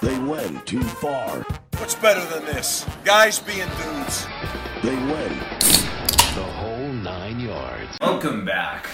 They went too far. What's better than this? Guys being dudes. They went The whole nine yards. Welcome back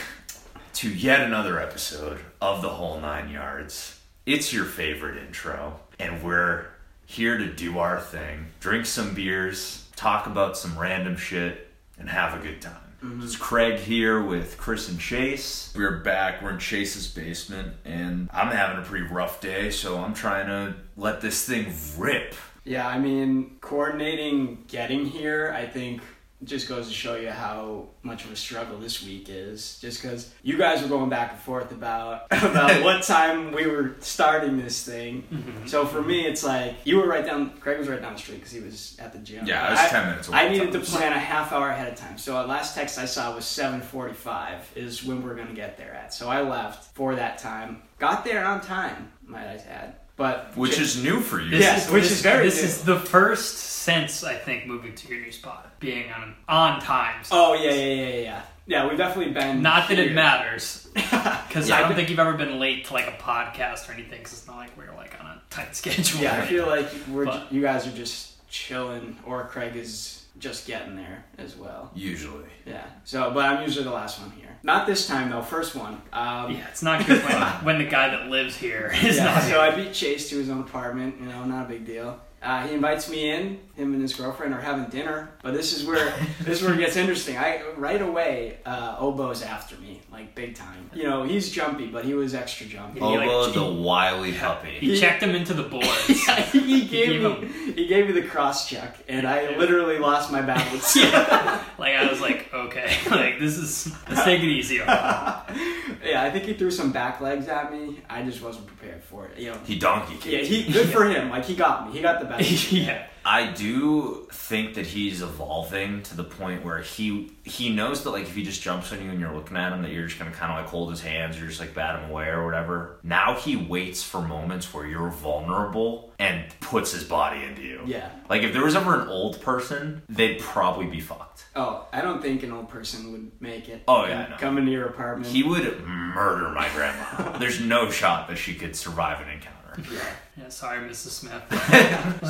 to yet another episode of The Whole Nine Yards. It's your favorite intro, and we're here to do our thing drink some beers, talk about some random shit, and have a good time. Mm-hmm. It's Craig here with Chris and Chase. We're back, we're in Chase's basement, and I'm having a pretty rough day, so I'm trying to let this thing rip. Yeah, I mean, coordinating getting here, I think just goes to show you how much of a struggle this week is. Just because you guys were going back and forth about about what time we were starting this thing. Mm-hmm. So for me, it's like you were right down. Craig was right down the street because he was at the gym. Yeah, I was 10 minutes away. I needed to plan a half hour ahead of time. So our last text I saw was 7:45 is when we're gonna get there at. So I left for that time. Got there on time, might I add. But Which is new for you. Yeah. Yes, which this, is very This new. is the first since I think moving to your new spot, being on on time. Oh yeah, yeah, yeah, yeah, yeah. Yeah, we've definitely been. Not that it here. matters, because Yeah, I I don't think- think you've ever been late to like a podcast or anything. Because it's not like we're like on a tight schedule. Yeah, I feel like we're But- you guys are just chilling, or Craig is just getting there as well. Usually. Yeah. So, but I'm usually the last one here. Not this time though. First one. Um, Yeah, it's not good when, when the guy that lives here is yeah, not. so I beat Chase to his own apartment. You know, not a big deal. Uh, he invites me in. Him and his girlfriend are having dinner. But this is where this is where it gets interesting. I right away, uh, Obo's after me, like big time. You know, he's jumpy, but he was extra jumpy. Oh, like, Obo's he- a wily puppy. He checked him into the boards. Yeah, he gave gave me he gave me the cross check, and I literally lost my balance. yeah. Like I was like, okay, like this is let's take it easy. on I think he threw some back legs at me. I just wasn't prepared for it. You know. He donkey kicked. yeah, he good for him. Like he got me. He got the him. best. yeah, I do think that he's evolving to the point where he he knows that like if he just jumps on you and you're looking at him that you're just gonna kind of like hold his hands or just like bat him away or whatever. Now he waits for moments where you're vulnerable and puts his body into you. Yeah. Like if there was ever an old person, they'd probably be fucked. Oh, I don't think an old person would make it. Oh, yeah, and no. Come into your apartment. He would murder my grandma. There's no shot that she could survive an encounter. yeah. Sorry, Mrs. Smith.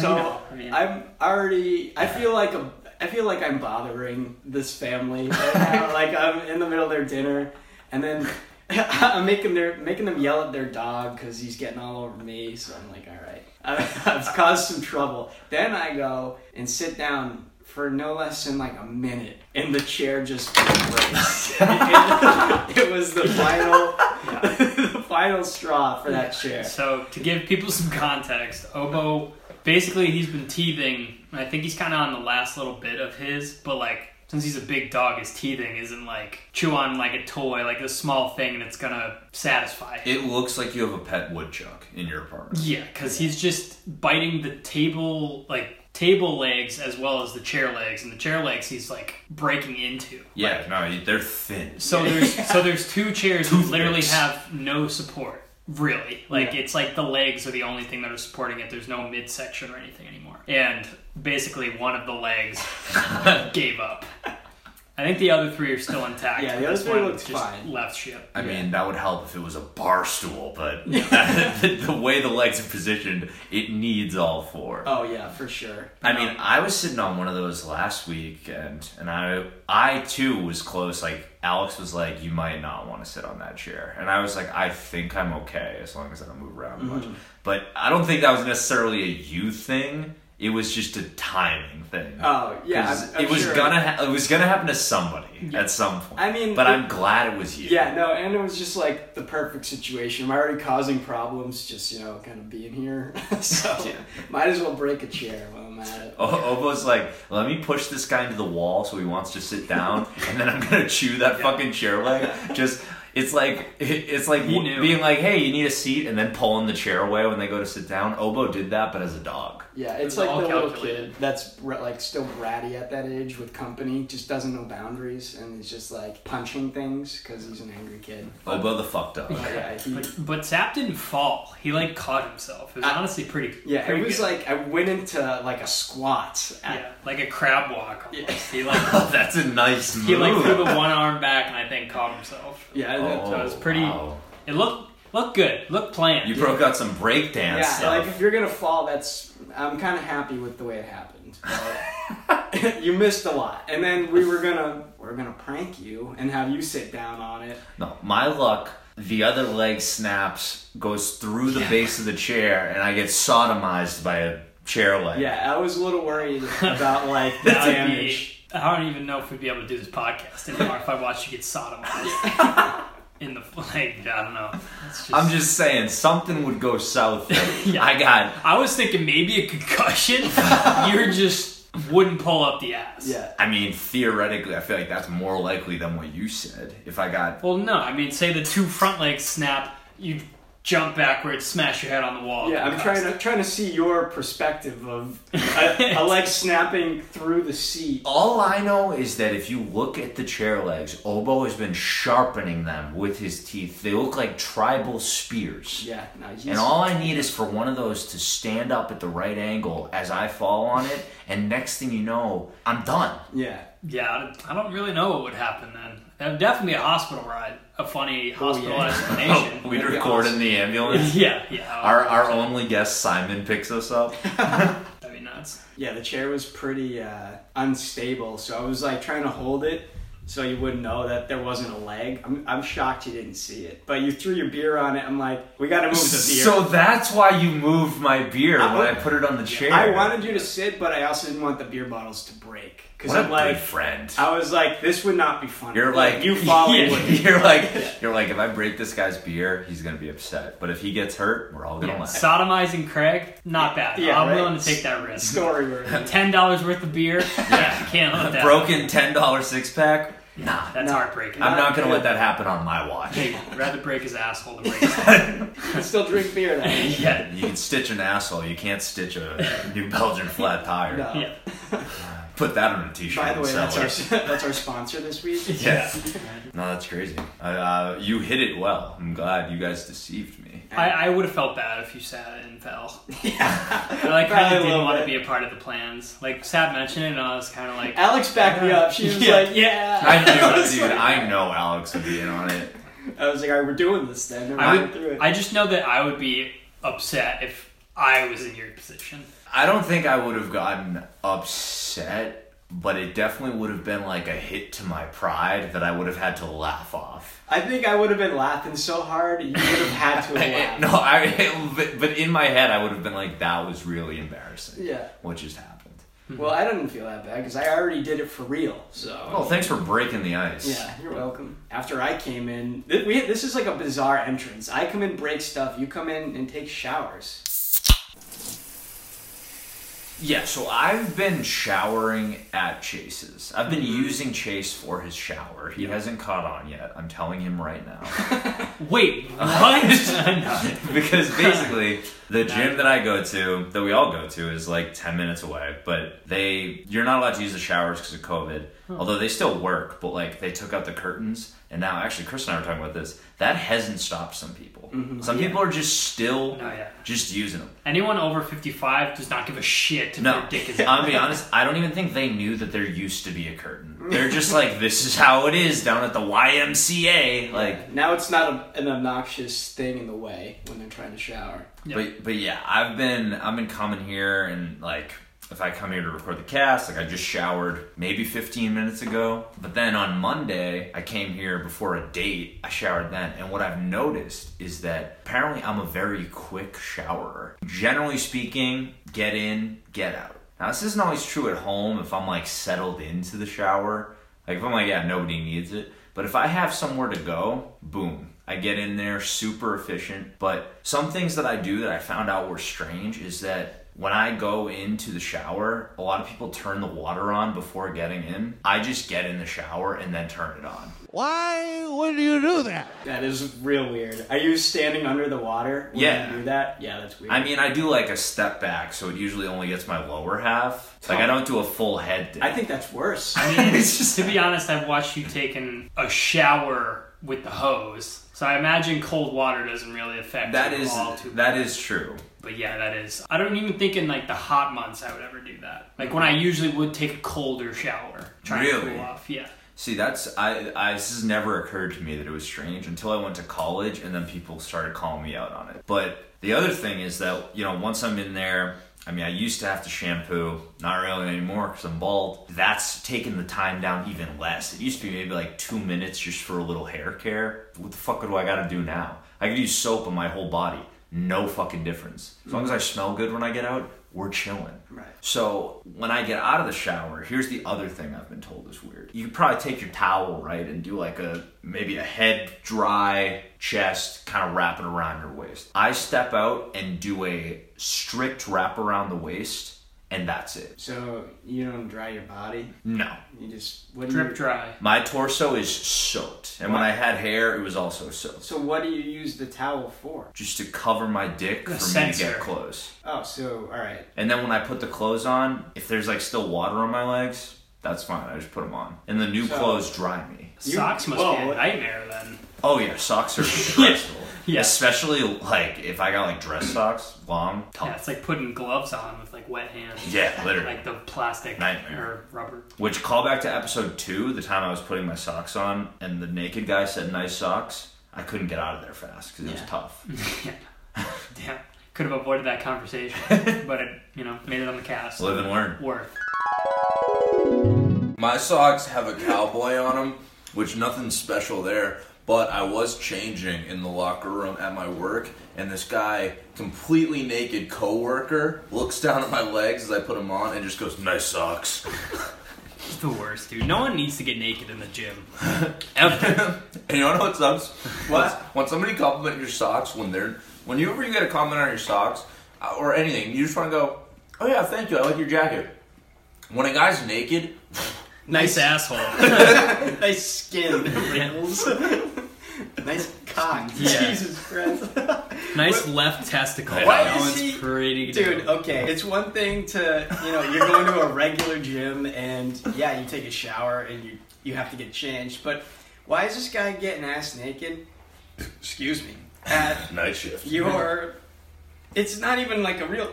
so I mean- I'm already. I feel like a. I feel like I'm bothering this family. right now. like I'm in the middle of their dinner, and then I'm making their making them yell at their dog because he's getting all over me. So I'm like, all right, I've, I've caused some trouble. Then I go and sit down for no less than like a minute, and the chair just breaks. it, it was the final. the final straw for that chair. So to give people some context, Obo basically he's been teething, and I think he's kind of on the last little bit of his. But like since he's a big dog, his teething isn't like chew on like a toy, like this small thing, and it's gonna satisfy. him. It looks like you have a pet woodchuck in your apartment. yeah, because he's just biting the table like table legs as well as the chair legs, and the chair legs he's like breaking into. Yeah, no, they're thin. So there's so there's two chairs that literally Toothpicks. have no support. Really, like Yeah. it's like the legs are the only thing that are supporting it. There's no midsection or anything anymore. And basically, one of the legs gave up. I think the other three are still intact. Yeah, the but other this three one looked just fine. Left ship. I mean, that would help if it was a bar stool, but the, the way the legs are positioned, it needs all four. Oh yeah, for sure. I mean, I was sitting on one of those last week, and and I I too was close. Like Alex was like, "You might not want to sit on that chair," and I was like, "I think I'm okay as long as I don't move around Mm-hmm. much." But I don't think that was necessarily a you thing. It was just a timing thing. Oh yeah, 'Cause I'm- I'm it was sure. gonna ha- it was gonna happen to somebody at some point. I mean, but it- I'm glad it was you. Yeah, no, and it was just like the perfect situation. I'm already causing problems just, you know, kind of being here. so might as well break a chair while I'm at it. O- Obo's like, let me push this guy into the wall so he wants to sit down, and then I'm gonna chew that fucking chair leg. Just it's like it- it's like He knew. being like, hey, you need a seat, and then pulling the chair away when they go to sit down. Obo did that, but as a dog. Yeah, it's was like all the little calculated. kid that's ra- like still bratty at that age with company, just doesn't know boundaries and is just like punching things because he's an angry kid. Obo the fuck dog. But yeah, he, But, but Sap didn't fall. He like caught himself. It was I- honestly pretty. yeah, pretty it was good. like I went into like a squat. At, yeah, like a crab walk. Almost. Yeah. He like Oh, that's a nice move. he like threw the one arm back and I think caught himself. yeah, Oh, that- So it was pretty- wow. It looked Look good. Look planned. You broke out some breakdance Yeah, stuff. like if you're gonna fall, that's I'm kind of happy with the way it happened. But you missed a lot, and then we were gonna we are gonna prank you and have you sit down on it. no, my luck. The other leg snaps, goes through the base of the chair, and I get sodomized by a chair leg. Yeah, I was a little worried about like the That would be- damage. I don't even know if we'd be able to do this podcast anymore if I watched you get sodomized in the like. I don't know. It's just, I'm just saying something would go south. there. Yeah. I got. I was thinking maybe a concussion. You're just wouldn't pull up the ass. Yeah, I mean, theoretically, I feel like that's more likely than what you said. If I got Well, no. I mean, say the two front legs snap, you jump backwards, smash your head on the wall. yeah. I'm concussed. trying to trying to see your perspective of a, a leg snapping through the seat. All I know is that if you look at the chair legs, Obo has been sharpening them with his teeth. They look like tribal spears. Yeah, no, he's, And all I need is for one of those to stand up at the right angle as I fall on it, and next thing you know, I'm done. yeah. Yeah, I don't- I don't really know what would happen then. That would definitely be a hospital ride, a funny hospital Oh, yeah. Oh, explanation. we That'd be record awesome. in the ambulance. yeah, yeah. Our, our only guest, Simon, picks us up. that'd be nuts. Yeah, the chair was pretty uh, unstable, so I was like trying to hold it so you wouldn't know that there wasn't a leg. I'm, I'm shocked you didn't see it, but you threw your beer on it. I'm like, we gotta move the beer. So that's why you moved my beer I when I would- put it on the chair. I wanted you to sit, but I also didn't want the beer bottles to break because What a I'm like, good friend. I was like, this would not be funny. You're like you follow Yeah. would You're like you're like if I break this guy's beer, he's gonna be upset. But if he gets hurt, we're all gonna Yeah, laugh. sodomizing Craig, not bad. Yeah, I'm right. willing to take that risk. story where Ten dollars worth of beer, yeah, can't let that. Broken ten dollar six pack. Nah, That's heartbreaking. I'm not not gonna good. let that happen on my watch. Hey, I'd rather break his asshole than break his head. you can still drink beer. Then. yeah, You can stitch an asshole. You can't stitch a New Belgian flat tire. No. yeah. Put that on a t-shirt. By the and way, sell that's it. our that's our sponsor this week. yeah. No, that's crazy. Uh, uh, you hit it well. I'm glad you guys deceived me. I, I would have felt bad if you sat and fell. Yeah, Probably like a kind of didn't little want to bit. be a part of the plans. Like Sab mentioned it, and I was kind of like, Alex backed me up. She was Yeah. like, "Yeah." I knew, was dude. like- I know Alex would be in on it. I was like, "All right, we're doing this then." And we I went through would. it. I just know that I would be upset if I was in your position. I don't think I would have gotten upset, but it definitely would have been like a hit to my pride that I would have had to laugh off. I think I would have been laughing so hard you would have had to have laughed. No, I. But, but in my head, I would have been like, "That was really embarrassing." Yeah. What just happened? Well, I didn't feel that bad because I already did it for real. So. Well, thanks for breaking the ice. Yeah, you're welcome. After I came in, th- we, this is like a bizarre entrance. I come in, break stuff. You come in and take showers. Yeah. So I've been showering at Chase's. I've been Mm-hmm. using Chase for his shower. He hasn't caught on yet. I'm telling him right now. Wait, what? because basically the gym that I go to, that we all go to, is like ten minutes away. But they, you're not allowed to use the showers because of COVID. Although they still work, but like they took out the curtains, and now actually Chris and I were talking about this. That hasn't stopped some people. Mm-hmm. Some people are just still No, Oh, yeah. just using them. Anyone over fifty-five does not give a shit if No, their dick is. I'll be honest. I don't even think they knew that there used to be a curtain. They're just like, this is how it is down at the YMCA. Like, Now it's not a, an obnoxious thing in the way when they're trying to shower. Yeah. But but yeah, I've been I've been coming here and like if I come here to record the cast, like I just showered maybe 15 minutes ago. But then on Monday, I came here before a date. I showered then, and what I've noticed is that apparently I'm a very quick showerer. Generally speaking, get in, get out. Now this isn't always true at home if I'm like settled into the shower. Like if I'm like, yeah, nobody needs it. But if I have somewhere to go, boom. I get in there super efficient. But some things that I do that I found out were strange is that when I go into the shower, a lot of people turn the water on before getting in. I just get in the shower and then turn it on. Why would you do that? That is real weird. Are you standing under the water when Yeah. you do that? Yeah, that's weird. I mean, I do like a step back, so it usually only gets my lower half. Like I don't do a full head. I think that's worse. it's just to be honest, I've watched you taking a shower with the hose, so I imagine cold water doesn't really affect that you is all too. that is true. But yeah, that is. I don't even think in like the hot months I would ever do that. Like when I usually would take a colder shower, try Really? to cool off. Yeah. See, that's I, I. This has never occurred to me that it was strange until I went to college, and then people started calling me out on it. But the other thing is that you know, once I'm in there, I mean, I used to have to shampoo, not really anymore because I'm bald. That's taken the time down even less. It used to be maybe like two minutes just for a little hair care. What the fuck do I got to do now? I could use soap on my whole body. No fucking difference. As long as I smell good when I get out, we're chilling. Right. So when I get out of the shower, here's the other thing I've been told is weird. You could probably take your towel, right, and do like a maybe a head dry, chest, kind of wrap it around your waist. I step out and do a strict wrap around the waist, and that's it. So you don't dry your body. No. You just what do Drip you, dry. My torso is soaked. And when I had hair, it was also soaked. So what do you use the towel for? Just to cover my dick for me to sensor. get clothes. Oh, so all right. And then when I put the clothes on, if there's like still water on my legs, that's fine. I just put them on. And the new So- clothes dry me. Socks must be Whoa. a nightmare then. Oh yeah, socks are stressful. Yeah. Especially like if I got like dress socks, long, Yeah, tough. it's like putting gloves on with like wet hands. Yeah, literally. Like the plastic Nightmare. or rubber. Which call back to episode two, the time I was putting my socks on and the naked guy said nice socks. I couldn't get out of there fast because it was tough. Damn. Could have avoided that conversation, but it, you know, made it on the cast. Live and learn. Worth. My socks have a cowboy on them, which nothing special there. But I was changing in the locker room at my work, and this guy, completely naked coworker, looks down at my legs as I put them on and just goes, "Nice socks." It's the worst, dude. No one needs to get naked in the gym. Ever. And you know what's up? What? When somebody compliment your socks when they're whenever you get a comment on your socks uh, or anything, you just want to go, "Oh yeah, thank you. I like your jacket." When a guy's naked, nice asshole. Nice skin wrinkles. nice cock. Yeah. Jesus Christ. Nice left testicle. Why That is one's he- pretty good. Dude, okay. It's one thing to you know you're going to a regular gym and yeah you take a shower and you you have to get changed, but why is this guy getting ass naked? Excuse me. At night shift. your, it's not even like a real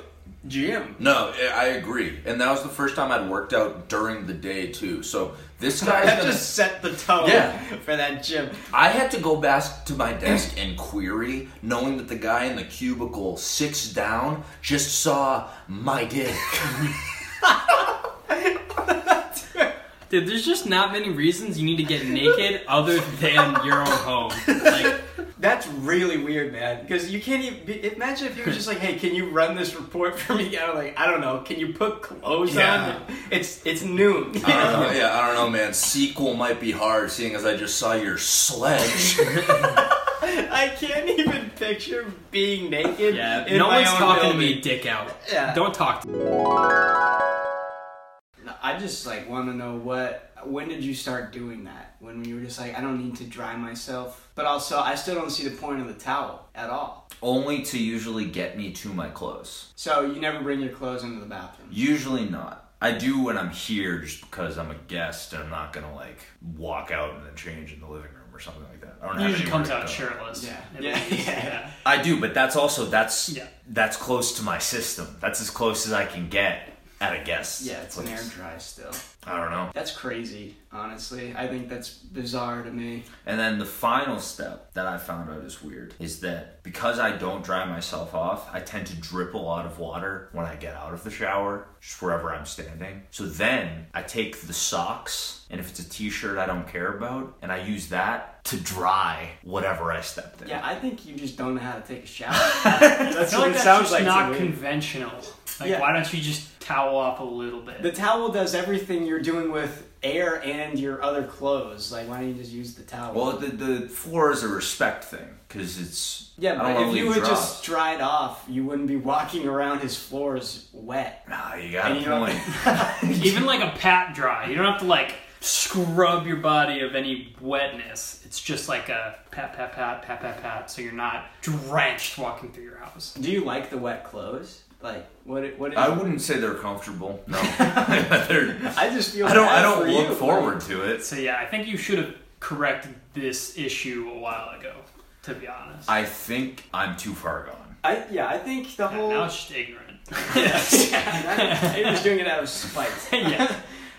gym. No, I- I agree. And that was the first time I'd worked out during the day too. So this guy's That gonna, just set the tone Yeah. for that gym. I had to go back to my desk and query, knowing that the guy in the cubicle six down just saw my dick. Dude, there's just not many reasons you need to get naked other than your own home. Like, That's really weird, man. Because you can't even be, imagine if you were just like, "Hey, can you run this report for me?" I'm like, I don't know. Can you put clothes Yeah. on? It's it's noon. I don't Uh, know, yeah, I don't know, man. Sequel might be hard, seeing as I just saw your sledge. I can't even picture being naked. yeah, in no my one's own talking building. to me, dick out. Yeah. Don't talk to me. No, I just like want to know what. When did you start doing that? When you were just like, I don't need to dry myself. But also, I still don't see the point of the towel at all. Only to usually get me to my clothes. So you never bring your clothes into the bathroom. Usually not. I do when I'm here just because I'm a guest and I'm not gonna like walk out and then change in the living room or something like that. I don't have Usually anywhere comes to out go. shirtless. Yeah. At Yeah, least, yeah. I do, but that's also that's Yeah. that's close to my system. That's as close as I can get at a guess. Yeah, it's an air place. dry still. I don't know. That's crazy, honestly. I think that's bizarre to me. And then the final step that I found out is weird is that because I don't dry myself off, I tend to drip a lot of water when I get out of the shower, just wherever I'm standing. So then I take the socks, and if it's a t-shirt I don't care about, and I use that to dry whatever I stepped in. Yeah, I think you just don't know how to take a shower. that's I feel like that's just to not me. conventional. Like, Yeah. why don't you just towel off a little bit? The towel does everything you're doing with air and your other clothes. Like, why don't you just use the towel? Well, the, the floor is a respect thing because it's yeah, I don't but wanna if you leave would drops. just dried off, you wouldn't be walking around his floors wet. Nah, you got And a you don't- point. Even like a pat dry. You don't have to like scrub your body of any wetness. It's just like a pat, pat, pat, pat, pat, pat, so you're not drenched walking through your house. Do you like the wet clothes? Like, what? it- What? Is, I wouldn't say they're comfortable. No, They're- I just feel. I don't. I bad don't for look you. forward to it. So yeah, I think you should have corrected this issue a while ago, to be honest. I think I'm too far gone. I yeah. I think the Yeah, now whole. it's just ignorant. I was doing it out of spite. yeah.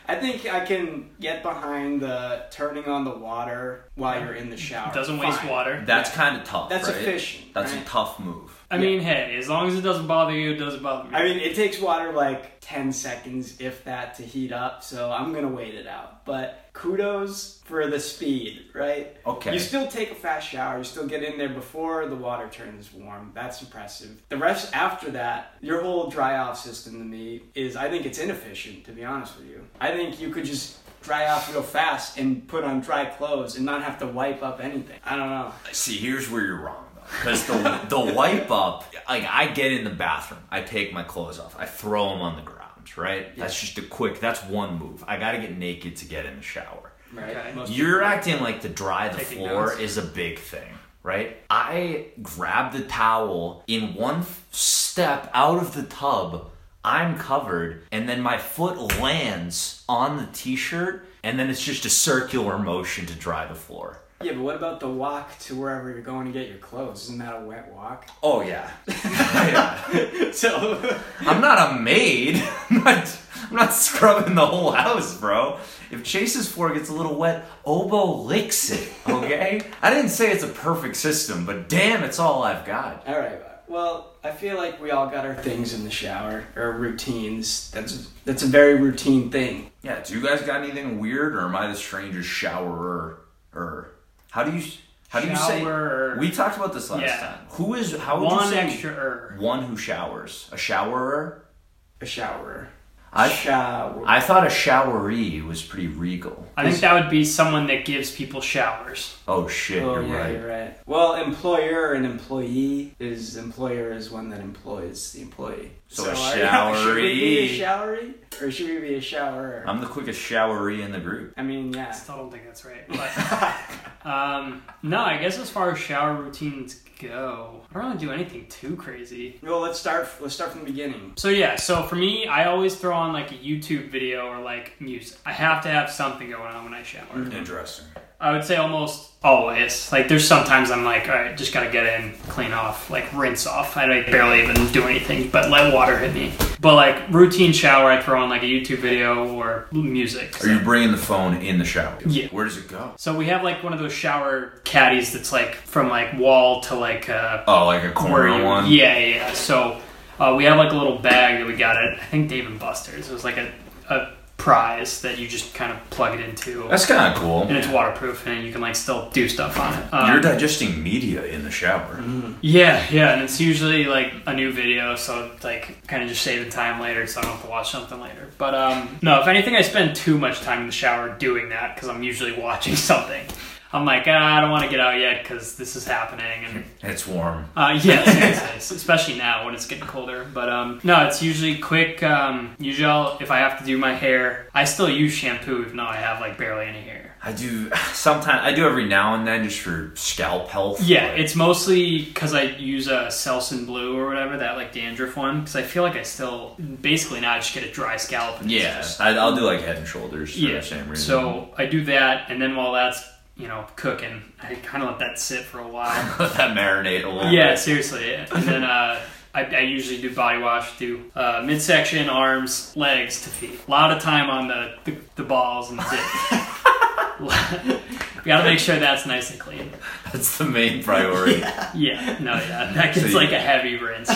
I think I can get behind the turning on the water while you're in the shower. Doesn't waste Fine. water. That's kind of tough. That's right? efficient, That's right? a tough move. I mean, hey, as long as it doesn't bother you, it doesn't bother me. I mean, it takes water like 10 seconds, if that, to heat up, so I'm gonna wait it out. But kudos for the speed, right? Okay. You still take a fast shower, you still get in there before the water turns warm. That's impressive. The rest after that, your whole dry off system to me is, I think it's inefficient, to be honest with you. I think you could just dry off real fast and put on dry clothes and not have to wipe up anything. I don't know. See, here's where you're wrong though, because the the wipe up, like I get in the bathroom, I take my clothes off, I throw them on the ground, right? That's just a quick. That's one move. I gotta get naked to get in the shower. Right? Okay. Most You're acting like the dry the Taking floor notes. is a big thing, right? I grab the towel in one f- step out of the tub. I'm covered, and then my foot lands on the t-shirt, and then it's just a circular motion to dry the floor. Yeah, but what about the walk to wherever you're going to get your clothes? Isn't that a wet walk? Oh yeah. yeah. So I'm not a maid. I'm not, I'm not scrubbing the whole house, bro. If Chase's floor gets a little wet, Oboe licks it, okay? I didn't say it's a perfect system, but damn, it's all I've got. All right. Well, I feel like we all got our things in the shower, our routines. That's that's a very routine thing. Yeah, do you guys got anything weird, or am I the strangest showerer? Or how do you how do you Showerer. say? We talked about this last Yeah. time. Who is how would you One say extra er. one who showers? A showerer? A shower. I- shower. I thought a showeree was pretty regal. I think that would be someone that gives people showers. Oh shit, oh you're yeah, right. you're right. Well, employer and employee is employer is one that employs the employee. So a are- should we be showeree. a showery or should we be a showerer? I'm the quickest showeree in the group. I mean, yeah. Still don't think that's right. But, um, no, I guess as far as shower routines go, I don't really do anything too crazy. Well, let's start. Let's start from the beginning. So yeah, so for me, I always throw on like a YouTube video or like music. I have to have something going on when I shower. Interesting. I would say almost always. Like there's sometimes I'm like, all right, just gotta get in, clean off, like rinse off. I like, barely even do anything, but let water hit me. But like routine shower, I throw on like a YouTube video or music. Are you bringing the phone in the shower? Yeah. Where does it go? So we have like one of those shower caddies that's like from like wall to like uh Oh, like a where corner you- one. Yeah, yeah. yeah. So uh, we have like a little bag that we got at I think Dave and Buster's. It was like a, a prize that you just kind of plug it into. That's kind of cool. and it's waterproof, and you can like still do stuff on it. Um, You're digesting media in the shower. Mm-hmm. Yeah, yeah, and it's usually like a new video, so it's like kind of just saving time later, so I don't have to watch something later. But um, no, if anything, I spend too much time in the shower doing that because I'm usually watching something. I'm like, ah, I don't want to get out yet because this is happening, and It's warm. uh, yeah, seriously, especially now when it's getting colder. But um, no, it's usually quick. Um, usually, I'll, if I have to do my hair, I still use shampoo even though I have like barely any hair. I do sometimes. I do every now and then just for scalp health. Yeah, but- it's mostly because I use a Selsun Blue or whatever that like dandruff one because I feel like I still basically now I just get a dry scalp. And it's yeah. just- I, I'll do like Head and Shoulders for yeah. the same reason. So I do that, and then while that's you know cooking, I kind of let that sit for a while. let that marinate a little. yeah, bit. seriously, and then. uh I, I usually do body wash, do uh, midsection, arms, legs to feet. A lot of time on the, the, the balls and the dick. we gotta make sure that's nice and clean. that's the main priority. Yeah, no, yeah, that gets So you- like a heavy rinse,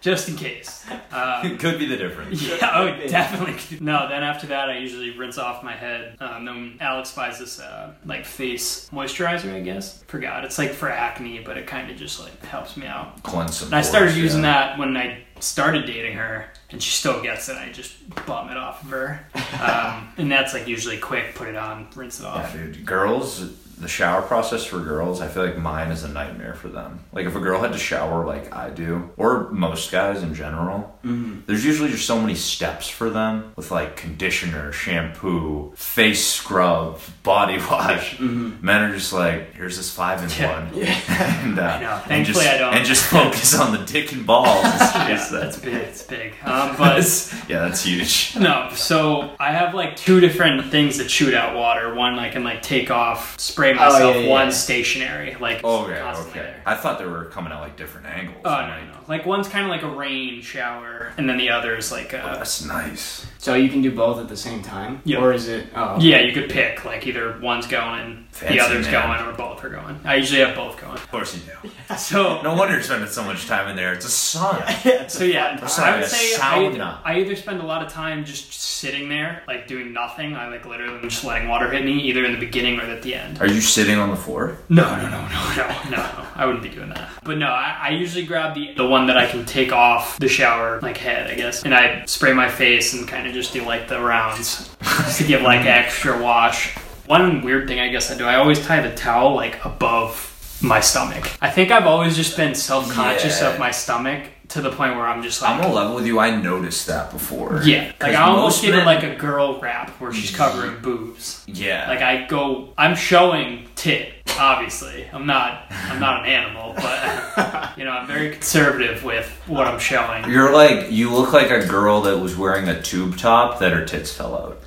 just in case. Uh, It Could be the difference. yeah, oh, definitely. No, then after that, I usually rinse off my head. Um, then Alex buys this uh, like face moisturizer, I guess. Forgot, it's like for acne, but it kind of just like helps me out. Cleanse some. And I started pores, using yeah. that when I started dating her, and she still gets it. I just bum it off of her, um, and that's like usually quick. Put it on, rinse it off. Yeah, dude. Uh, Girls, the shower process for girls, I feel like mine is a nightmare for them. Like if a girl had to shower like I do, or most guys in general, Mm-hmm. there's usually just so many steps for them with like conditioner, shampoo, face scrub, body wash. Men are just like, here's this five in Mm-hmm. Yeah. one, and, uh, know. and just Thankfully, I don't. and just focus on the dick and balls. Yeah, It's that's just big. It's big, um, but. that- yeah, that's huge. No, so I have like two different things that shoot out water. One I can like take off, spray Oh, myself. yeah, yeah, one yeah. stationary, like Okay, constantly okay. there. I thought they were coming out like different angles. Oh I'm no, like, no. Like uh, one's kind of like a rain shower, and then the other is like a. That's nice. So you can do both at the same time, Yeah. or is it? Oh, Yeah, you could pick like either one's going, Fancy the other's man. going, or both are going. I usually have both going. Of course you do. So No wonder you're spending so much time in there. It's a sauna. So yeah, Sorry, I a would say I sauna. either, I either spend a lot of time just sitting there, like doing nothing. I like literally am just letting water hit me, either in the beginning or at the end. Are you sitting on the floor? No, no, no, no, no, no, no. I wouldn't be doing that. But no, I, I usually grab the the one that I can take off the shower like head, I guess, and I spray my face and kind of just do like the rounds just to give like extra wash. One weird thing I guess I do, I always tie the towel like above my stomach. I think I've always just been self conscious Yeah. of my stomach to the point where I'm just like. I'm on a level with you. I noticed that before. Yeah, like 'Cause I almost most give it men- Mm. like a girl rap where she's covering boobs. Yeah. Like I go, I'm showing tit. Obviously, I'm not. I'm not an animal, but you know, I'm very conservative with what I'm showing. You're like you look like a girl that was wearing a tube top that her tits fell out.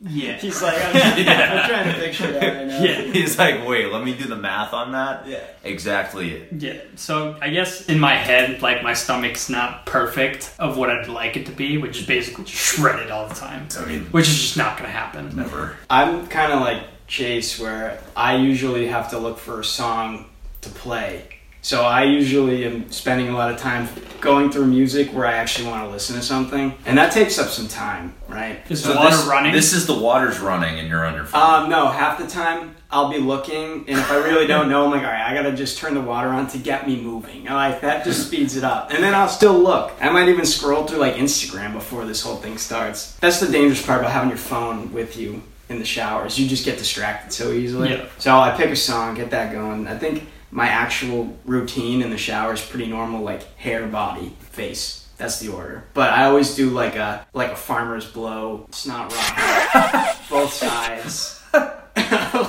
Yeah, He's like, I'm, I'm trying to picture that right now. yeah, He's like, wait, let me do the math on that. Yeah. Exactly it. yeah. So I guess in my head, like my stomach's not perfect of what I'd like it to be, which is basically just shredded all the time. I mean- which is just not gonna happen. Never. I'm kind of like Chase, where I usually have to look for a song to play. So I usually am spending a lot of time going through music where I actually want to listen to something, and that takes up some time, right? Is So the water this, running? This is the water's running, and you're on your phone. Um, no, half the time I'll be looking, and if I really don't know, I'm like, all right, I gotta just turn the water on to get me moving. I like that just speeds it up, and then I'll still look. I might even scroll through like Instagram before this whole thing starts. That's the dangerous part about having your phone with you in the showers. You just get distracted so easily. Yeah. So I pick a song, get that going. I think my actual routine in the shower is pretty normal, like hair, body, face. That's the order. But I always do like a like a farmer's blow. It's not rock both sides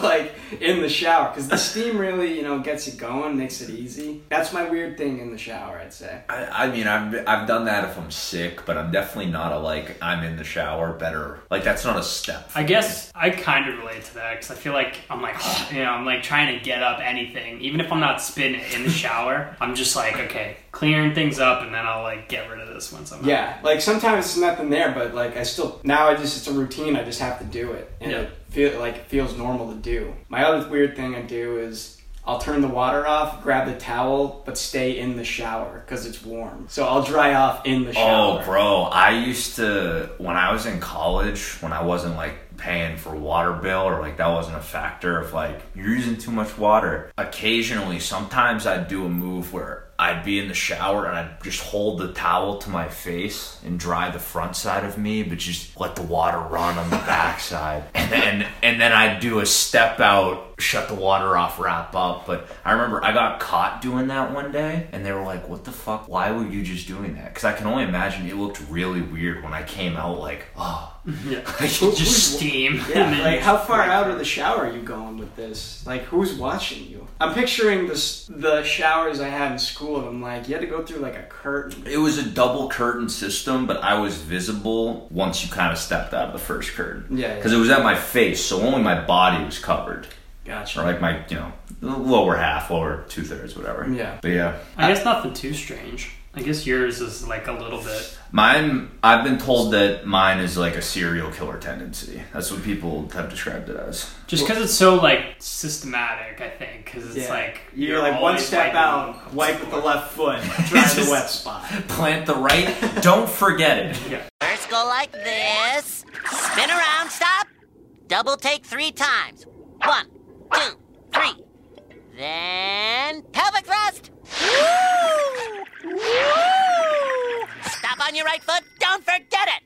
like in the shower because the steam really you know gets it going makes it easy that's my weird thing in the shower i'd say I, I mean, I've I've done that if I'm sick, but I'm definitely not a like I'm in the shower better. Like that's not a step. I guess I kind of relate to that because I feel like I'm like, you know, I'm like trying to get up anything, even if I'm not spinning in the shower. I'm just like, okay, clearing things up, and then I'll like get rid of this once I'm. yeah like sometimes it's nothing there but like i still now i just it's a routine i just have to do it and Yeah. it feel like it feels normal to do my other weird thing i do is I'll turn the water off, grab the towel, but stay in the shower because it's warm. So I'll dry off in the shower. Oh, bro, I used to when I was in college, when I wasn't like paying for water bill or like that wasn't a factor of like you're using too much water. Occasionally, sometimes I'd do a move where I'd be in the shower and I'd just hold the towel to my face and dry the front side of me, but just let the water run on the back side. And then and then I'd do a step out, shut the water off, wrap up. But I remember I got caught doing that one day and they were like, "What the fuck? Why were you just doing that?" Cuz I can only imagine it looked really weird when I came out like, "Oh, Just steam. and Yeah, then- like how far out of the shower are you going with this? Like who's watching you? I'm picturing this the showers I had in school, and I'm like, you had to go through like a curtain. It was a double curtain system, but I was visible once you kind of stepped out of the first curtain. Yeah, yeah. Because it was at my face, so only my body was covered. Gotcha. Or like my, you know, lower half, lower two thirds, whatever. Yeah. But yeah. I guess nothing too strange. I guess yours is like a little bit. Mine, I've been told that mine is like a serial killer tendency. That's what people have described it as. Just because it's so like systematic, I think, because it's Yeah. like you're, like one always step wiping out, wipe with the left foot, try It's the just- wet spot. Plant the right, don't forget it. First go like this. Spin around, stop. Double take three times. One, two, three. Then pelvic thrust. Woo! Woo! Stop on your right foot. Don't forget it.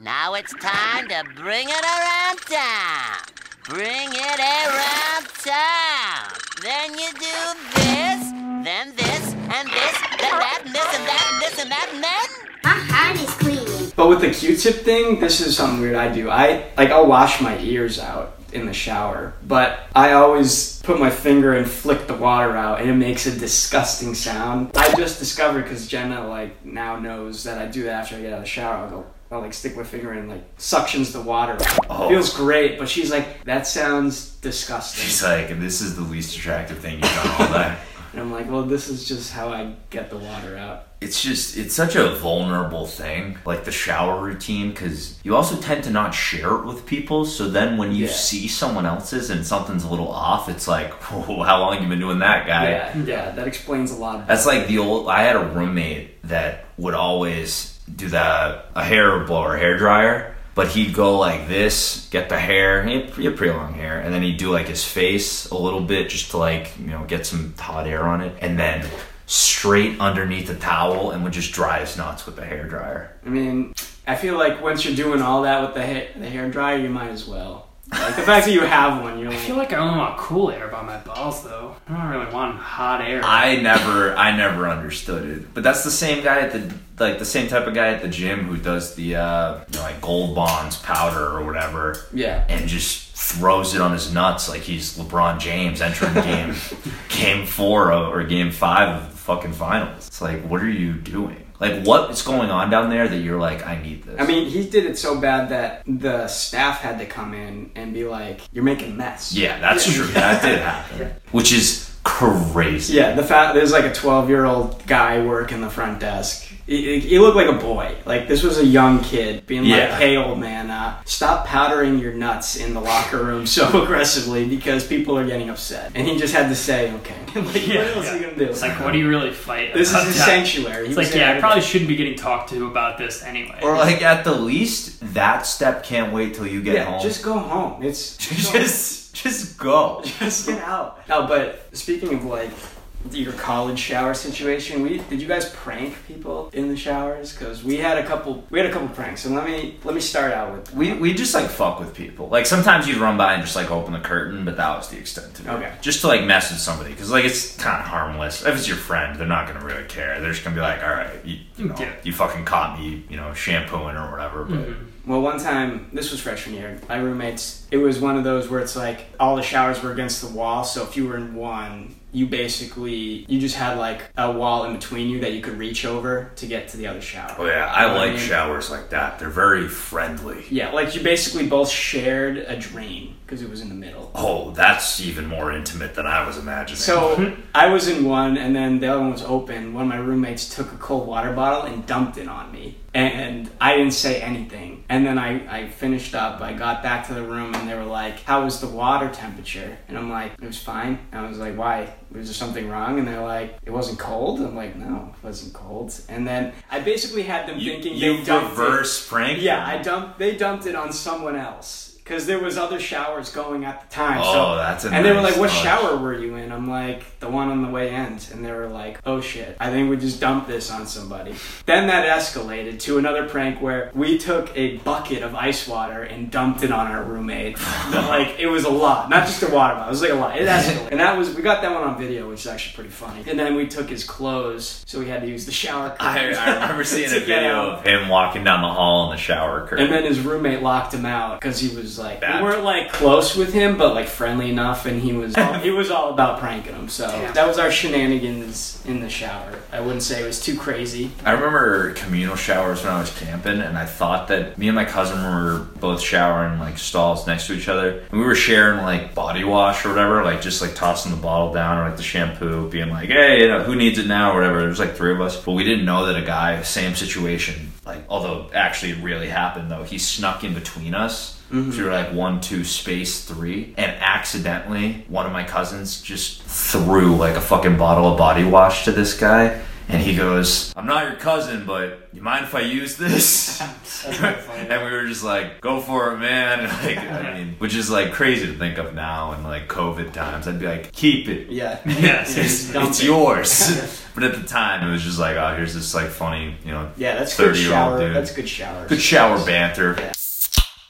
Now it's time to bring it around town. Bring it around town. Then you do this, then this, and this, then that, and this, and that, and this, and that, and then. My heart is clean. But with the Q-tip thing, this is something weird I do. I like I'll wash my ears out in the shower, but I always put my finger and flick the water out, and it makes a disgusting sound. I just discovered because Jenna like now knows that I do that after I get out of the shower. I'll go. I'll like stick my finger in, like suctions the water. out. Oh. Feels great, but she's like, that sounds disgusting. It's like, this is the least attractive thing you've done all day. And I'm like, well, this is just how I get the water out. it's just it's such a vulnerable thing like the shower routine because you also tend to not share it with people so then when you Yeah. see someone else's and something's a little off it's like whoa how long you been doing that guy yeah, yeah, that explains a lot. that's like the old i had a roommate that would always do the a hair blower hair dryer but he'd go like this get the hair he had, he had pretty long hair and then he'd do like his face a little bit just to like you know get some hot air on it and then straight underneath the towel and would just dry his nuts with the hair dryer I mean, I feel like once you're doing all that with the hair, the hair dryer, you might as well. Like the fact that you have one, you're I feel like, like I only want cool air by my balls, though. I don't really want hot air. i never i never understood it but that's the same guy at the like the same type of guy at the gym who does the uh you know, like gold bonds powder or whatever yeah, and just throws it on his nuts like he's LeBron James entering game game four of, or game five of the fucking finals. It's like, what are you doing? Like, what is going on down there that you're like, I need this? I mean, he did it so bad that the staff had to come in and be like, "You're making a mess." yeah, that's true. That did happen, which is crazy. Yeah, the fact there's like a 12 year old guy working the front desk. He, he looked like a boy. Like this was a young kid being like, Yeah. "Hey, old man, uh, stop powdering your nuts in the locker room so aggressively because people are getting upset." And he just had to say, "Okay, like, Yeah, what else are you yeah. gonna do?" It's like, what do you really fight? This is about his that? sanctuary. He It's was like, there yeah, I to- probably shouldn't be getting talked to about this anyway. Or like at the least, that step can't wait till you get Yeah, home. just go home. It's just, just go. just get out. No, but speaking of like your college shower situation, we did you guys prank people in the showers? Because we had a couple, we had a couple pranks. And let me let me start out with We, we just like fuck with people. Like sometimes you'd run by and just like open the curtain, but that was the extent to it. Okay. Just to like mess with somebody because like it's kind of harmless. If it's your friend, they're not gonna really care. They're just gonna be like, all right, you, you know, Yeah. you fucking caught me, you know, shampooing or whatever. But Well, one time, this was freshman year, my roommates, it was one of those where it's like all the showers were against the wall. So if you were in one, you basically, you just had like a wall in between you that you could reach over to get to the other shower. oh yeah, I You know what like mean? showers like that. They're very friendly. Yeah, like you basically both shared a drain because it was in the middle. Oh, that's even more intimate than I was imagining. So I was in one, and then the other one was open. One of my roommates took a cold water bottle and dumped it on me, and I didn't say anything. And then I, I finished up. I got back to the room, and they were like, "How was the water temperature?" And I'm like, "It was fine." And I was like, "Why? Was there something wrong?" And they're like, "It wasn't cold." I'm like, "No, it wasn't cold." And then I basically had them you, thinking you they dumped it. reverse prank. Yeah, them? I dumped. They dumped it on someone else because there was other showers going at the time. Oh, so, that's a and they were nice like, "What touch." shower were you in?" I'm like, "The one on the way end." And they were like, "Oh shit, I think we just dumped this on somebody." Then that escalated to another prank where we took a bucket of ice water and dumped it on our roommate. But, like it was a lot, not just a water bottle. It was like a lot. It escalated, and that was we got that one on video, which is actually pretty funny. And then we took his clothes, so we had to use the shower. I, curtain. I remember seeing To a get video out. of him walking down the hall in the shower curtain. And then his roommate locked him out because he was like Bad. we weren't like close with him, but like friendly enough, and he was he was all about pranking him. So that was our shenanigans in the shower. I wouldn't say it was too crazy. I remember communal showers when I was camping, and I thought that me and my cousin were both showering like stalls next to each other, and we were sharing like body wash or whatever, like just like tossing the bottle down or like the shampoo, being like, "Hey, you know, who needs it now?" or whatever. There's like three of us, but we didn't know that a guy, same situation, like although actually it really happened though, he snuck in between us. Mm-hmm. So we were like one, two, space, three, and accidentally one of my cousins just threw like a fucking bottle of body wash to this guy. And he goes, I'm not your cousin, but you mind if I use this? and we were just like, go for it, man. And, Like, I mean, which is like crazy to think of now in like COVID times. I'd be like, keep it. Yeah. yes, It's, dump it's it. yours. but at the time, it was just like, oh, here's this like funny, you know, Yeah, that's good 30 year old shower. dude. That's good shower. Good shower banter.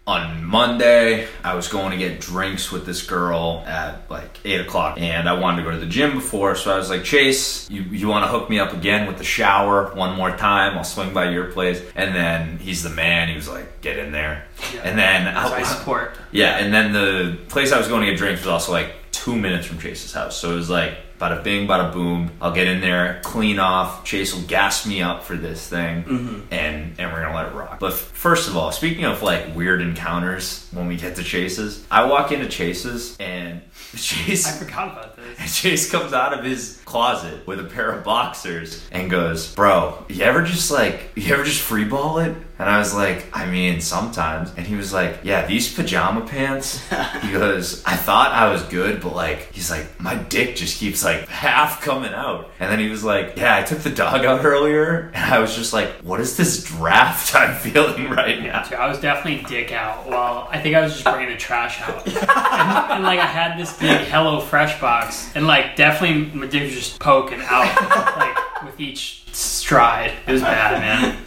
On Monday, I was going to get drinks with this girl at like eight o'clock, and I wanted to go to the gym before, so I was like, Chase, you, you want to hook me up again with the shower one more time? I'll swing by your place, and then he's the man. He was like, get in there, and then I support. yeah, and then the place I was going to get drinks was also like two minutes from Chase's house. So it was like bada bing, bada boom. I'll get in there, clean off. Chase will gas me up for this thing, Mm-hmm. and and we're gonna let it rock. But f- first of all, speaking of like weird encounters, when we get to Chase's, I walk into Chase's and I Chase. forgot about this. And Chase comes out of his closet with a pair of boxers and goes, Bro, you ever just like, you ever just free ball it? And I was like, I mean, sometimes. And he was like, Yeah, these pajama pants. He goes, I thought I was good, but like, he's like, My dick just keeps like half coming out. And then he was like, Yeah, I took the dog out earlier. And I was just like, What is this draft I'm feeling right now? Dude, I was definitely dick out. Well, I think I was just bringing the trash out. and, and, like I had this big Hello Fresh box, and like definitely my dick was just poking out, like with each stride. It was bad, man.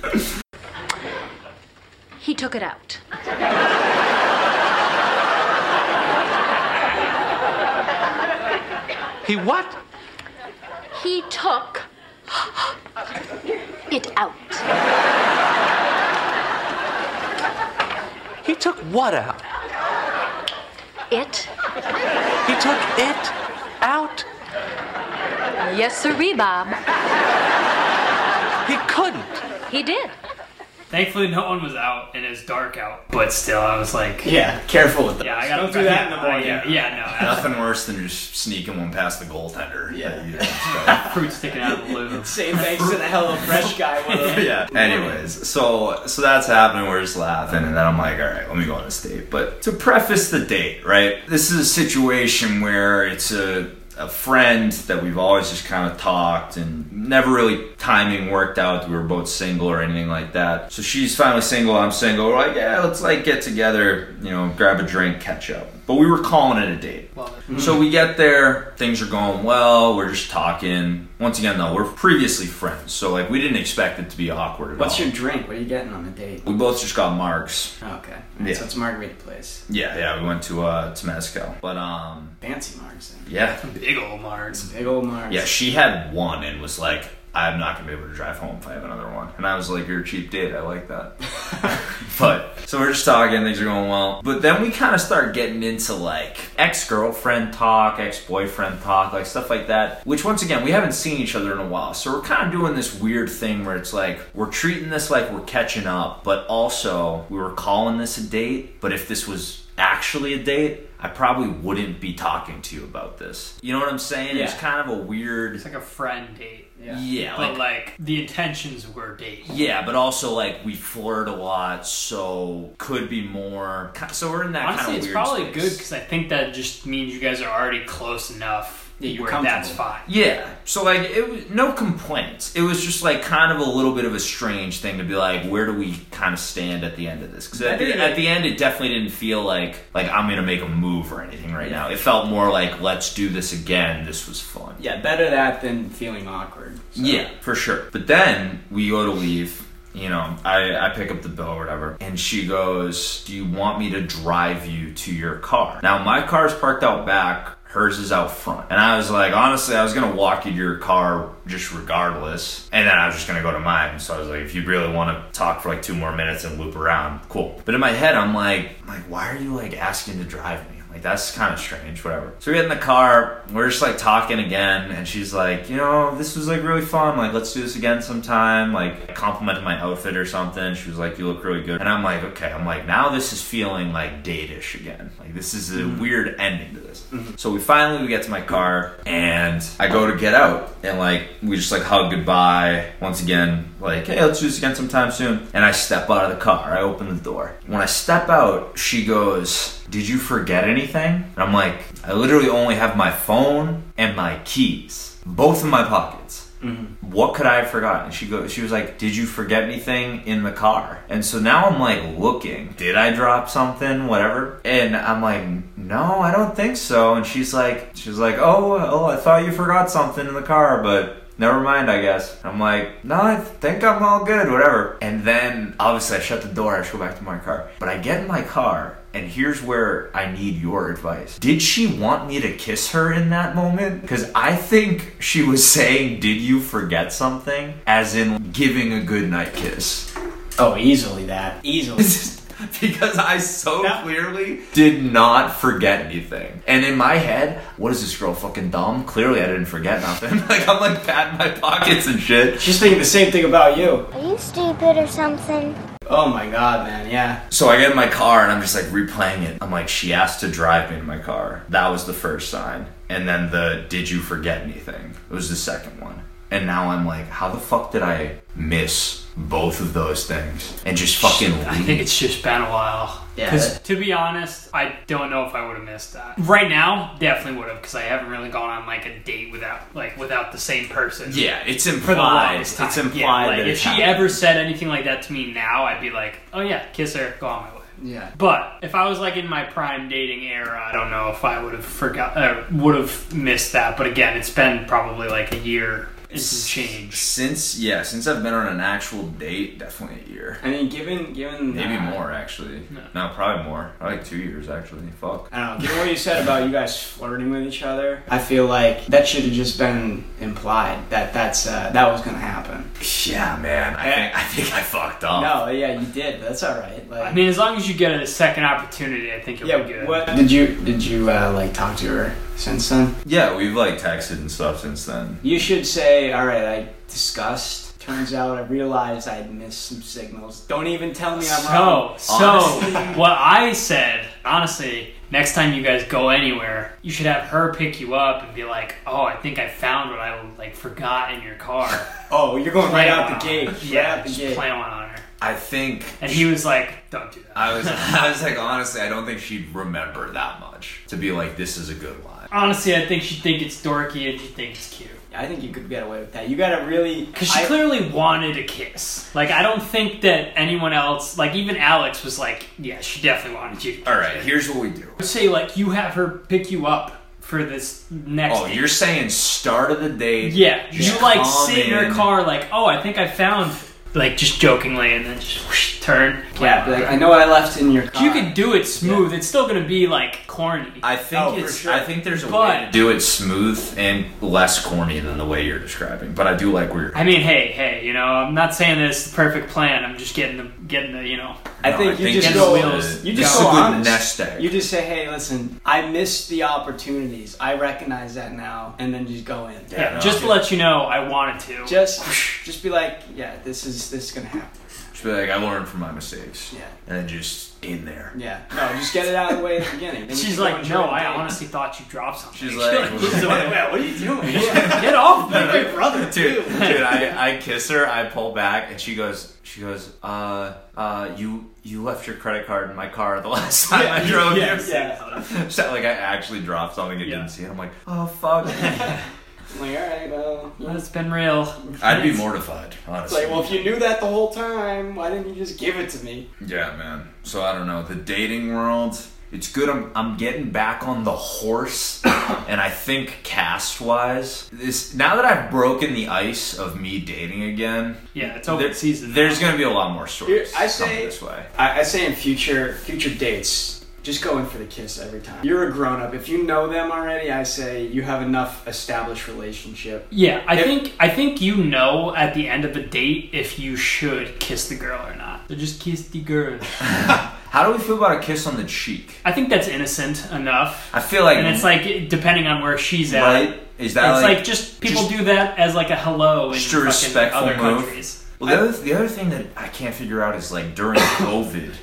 He took it out. He what? He took it out. He took what out? It? He took it out? Yes, sirree, Bob. He couldn't. He did. Thankfully, no one was out, and it was dark out. But still, I was like, yeah, Yeah, careful with that. I got Don't do that in the morning. Yeah, yeah, Nothing worse than just sneaking one past the goaltender. Yeah. no, fruit sticking out of the loo. Say thanks to the Hello Fresh guy. Will. yeah. Anyways, so so that's happening. We're just laughing, and then I'm like, all right, let me go on this date. But to preface the date, right? This is a situation where it's a a friend that we've always just kind of talked and never really timing worked out. We were both single or anything like that. So she's finally single. I'm single. We're like, yeah, let's like get together, you know, grab a drink, catch up. But we were calling it a date. So we get there, things are going well, we're just talking. Once again, though, we're previously friends, so like we didn't expect it to be awkward at What's all. your drink? What are you getting on a date? Oh, we both just got marks. Okay, Alright, so it's Margarita Place. Yeah, yeah, we went to uh to Mezco. But um Fancy Margs. then. yeah. Big old marks. Big old Margs. Yeah, she had one and was like, I'm not gonna be able to drive home if I have another one. And I was like, You're a cheap date, I like that. but so we're just talking, things are going well. But then we kind of start getting into like ex girlfriend talk, ex boyfriend talk, like stuff like that. Which once again, we haven't seen each other in a while, so we're kind of doing this weird thing where it's like we're treating this like we're catching up, but also we were calling this a date. But if this was actually a date. I probably wouldn't be talking to you about this. You know what I'm saying? It's Yeah. kind of a weird. It's like a friend date. Yeah. Yeah, But like, like the intentions were date. yeah, but also like we flirt a lot, so could be more. ki- So we're in that Honestly, kind of it's weird probably good 'cause space. good because I think that just means you guys are already close enough Yeah, you're where that's comfortable. fine. Yeah. So like it was no complaints. It was just like kind of a little bit of a strange thing to be like, where do we kind of stand at the end of this? Because at, the- at the end, it definitely didn't feel like like I'm gonna make a move or anything right now. It felt more like let's do this again. This was fun. Yeah, better that than feeling awkward. so. Yeah, for sure. But then we go to leave. You know, I, I pick up the bill or whatever, and she goes, Do you want me to drive you to your car? Now, my car's parked out back, hers is out front. And I was like, Honestly, I was gonna walk you to your car just regardless, and then I was just gonna go to mine. So I was like, If you really wanna talk for like two more minutes and loop around, cool. But in my head, I'm like, I'm like Why are you like asking to drive me? Like that's kind of strange, whatever. So we get in the car, we're just like talking again, and she's like, you know, this was like really fun. Like let's do this again sometime. Like I complimented my outfit or something. She was like, you look really good, and I'm like, okay. I'm like now this is feeling like date-ish again. Like this is a weird ending to this. So we finally we get to my car, and I go to get out, and like we just like hug goodbye once again. Like hey, let's do this again sometime soon. And I step out of the car. I open the door. When I step out, she goes. Did you forget anything? And I'm like, I literally only have my phone and my keys, both in my pockets. What could I have forgotten? And she goes, she was like, Did you forget anything in the car? And so now I'm like looking, did I drop something, whatever? And I'm like, No, I don't think so. And she's like, she's like, Oh, oh, I thought you forgot something in the car, but Never mind, I guess. I'm like, no, I think I'm all good, whatever. And then obviously I shut the door, I just go back to my car. But I get in my car, and here's where I need your advice. Did she want me to kiss her in that moment? Because I think she was saying, did you forget something? As in giving a good night kiss. Oh, easily that. Easily. because I so clearly did not forget anything. And in my head, what is this girl fucking dumb? Clearly I didn't forget nothing. like I'm like patting my pockets and shit. She's thinking the same thing about you. Are you stupid or something? Oh my god, man. Yeah. So I get in my car and I'm just like replaying it. I'm like, she asked to drive me in my car. That was the first sign. and then the did you forget anything was the second one. And now I'm like, how the fuck did I miss both of those things and just fucking I leave? think it's just been a while. Yeah. 'Cause to be honest, I don't know if I would have missed that. Right now, definitely would have because I haven't really gone on like a date without like without the same person. Yeah, it's For the implied. longest time. It's Yeah, implied like, that it if she happened. ever said anything like that to me now, I'd be like, oh yeah, kiss her, go on my way. Yeah. But if I was like in my prime dating era, I don't know if I would have forgot, uh, would have missed that. But again, it's been probably like a year and some change. Since yeah, since I've been on an actual date, definitely a year. I mean, given given Maybe uh, more actually. No, probably more. Probably like two years actually. Fuck. I don't know. Given what you said about you guys flirting with each other, I feel like that should have just been implied that that's uh, that was gonna happen. Yeah, man. I think I think I fucked up. No, yeah, you did. That's all right. Like, Oh. I mean, as long as you get a second opportunity, I think it'll be yeah. good. What did you did you uh, like talk to her since then? Yeah, we've like texted and stuff since then. You should say, all right, I discussed. Turns out I realized I would missed some signals. Don't even tell me I'm So, wrong. so what I said, honestly, next time you guys go anywhere, you should have her pick you up and be like, "Oh, I think I found what I like forgot in your car." Oh, you're going right Play out the one on her. gate. Yeah, right out the just gate. play one on her. I think And he was like, "Don't do that." I was I was like honestly, I don't think she'd remember that much to be like this is a good line. Honestly, I think she'd think it's dorky and she'd think it's cute. I think you could get away with that. You gotta really. Because she I- clearly wanted a kiss. Like, I don't think that anyone else, like, even Alex was like, yeah, she definitely wanted you to kiss. All right, here's what we do. Say, like, you have her pick you up for this next. Oh, you're saying start of the date. Yeah. You, Just like, calm sit in your in. car, like, oh, I think I found. Like, just jokingly, and then just whoosh, turn. Yeah, be like, I know what I left in your car. You could do it smooth. It's still going to be, like, corny. I think Oh, for it's. sure. I think there's a way But- to do it smooth and less corny than the way you're describing. But I do like where you're. I mean, hey, hey, you know, I'm not saying this is the perfect plan. I'm just getting the, getting the, you know, I No, think you just it's a- go. wheels. You just it's a go good honest. nest egg. You just say, hey, listen, I missed the opportunities. I recognize that now, and then just go in. yeah, just to let you know, I wanted to. Just, just be like, yeah, this is this is gonna happen. Just be like, I learned from my mistakes. Yeah. And then just in there. Yeah, no, just get it out of the way at the beginning. Then you She's can go like, enjoy no, the I day." honestly thought you dropped something. She's like, Yeah, what are you doing? get off me. brother, dude, dude. I, I kiss her. I pull back, and she goes, she goes, uh, uh, you you left your credit card in my car the last time I drove Yeah, you. yeah. So, like I actually dropped something and Yeah. didn't see it. I'm like, oh fuck. I'm like, all right, well. It's been real. I'd be mortified, It's honestly. like, well, if you knew that the whole time, why didn't you just give it to me? Yeah, man. So I don't know. The dating world, it's good. I'm I'm getting back on the horse, and I think cast wise, this now that I've broken the ice of me dating again, Yeah, it's open there- season. now. There's gonna be a lot more stories. Here, I coming say- this way. I, I say in future future dates, just go in for the kiss every time. You're a grown up. If you know them already, I say you have enough established relationship. yeah, I If- think I think you know at the end of a date if you should kiss the girl or not. So just kiss the girl. How do we feel about a kiss on the cheek? I think that's innocent enough. I feel like And it's like depending on where she's at. right. Is that it's like, like, just people do that as like a hello in Just a fucking respectful other move. countries. Well, the other, the other thing that I can't figure out is like during COVID,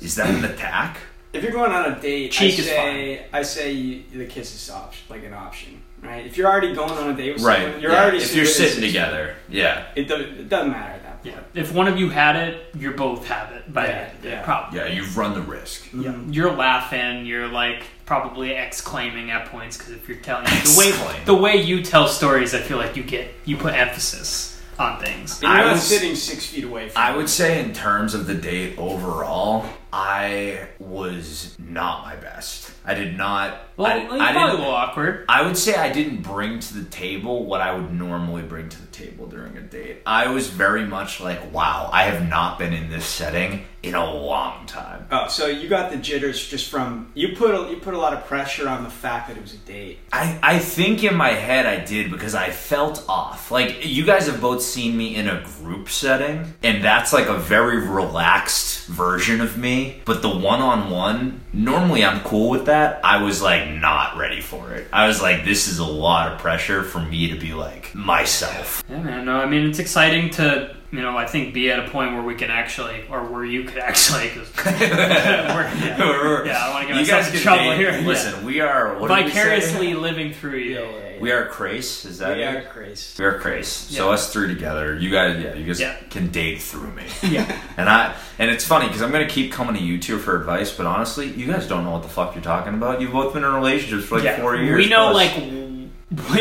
is that an attack? If you're going on a date, Cheek I is say I say you, the kiss is op- like an option, right? If you're already going on a date with someone, you're yeah. already if you're sitting it's- together, yeah. It, do- it doesn't matter at that point. Yeah. If one of you had it, you both have it by Yeah, the end. yeah. Probably. Yeah, you've run the risk. You're laughing. You're like probably exclaiming at points because if you're telling the way Exclaim. the way you tell stories, I feel like you get you put emphasis on things. And you're I not was- sitting six feet away from. I would say, in terms of the date overall, I was not my best. I did not. Well, I, it's I probably a didn't, little awkward. I would say I didn't bring to the table what I would normally bring to the table during a date. I was very much like, wow, I have not been in this setting in a long time. Oh, so you got the jitters just from you put a, you put a lot of pressure on the fact that it was a date. I, I think in my head I did because I felt off. Like, you guys have both seen me in a group setting, and that's like a very relaxed version of me. But the one on one, normally I'm cool with that. I was like, not ready for it. I was like, this is a lot of pressure for me to be like myself. Yeah, man. No, I mean it's exciting to you know, I think be at a point where we can actually, or where you could actually, 'cause- we're- yeah, yeah, I don't want to get you myself guys in get trouble paid. here. Yeah. Listen, we are what did we say? Vicariously living through you. We are Crace. Is that We it? are crazy. We are Crace. So Yeah. us three together. You guys, yeah, you guys Yeah. can date through me. Yeah. And I and it's funny because I'm gonna keep coming to you two for advice, but honestly, you guys don't know what the fuck you're talking about. You've both been in relationships for like yeah. four years. We know, plus. like, w-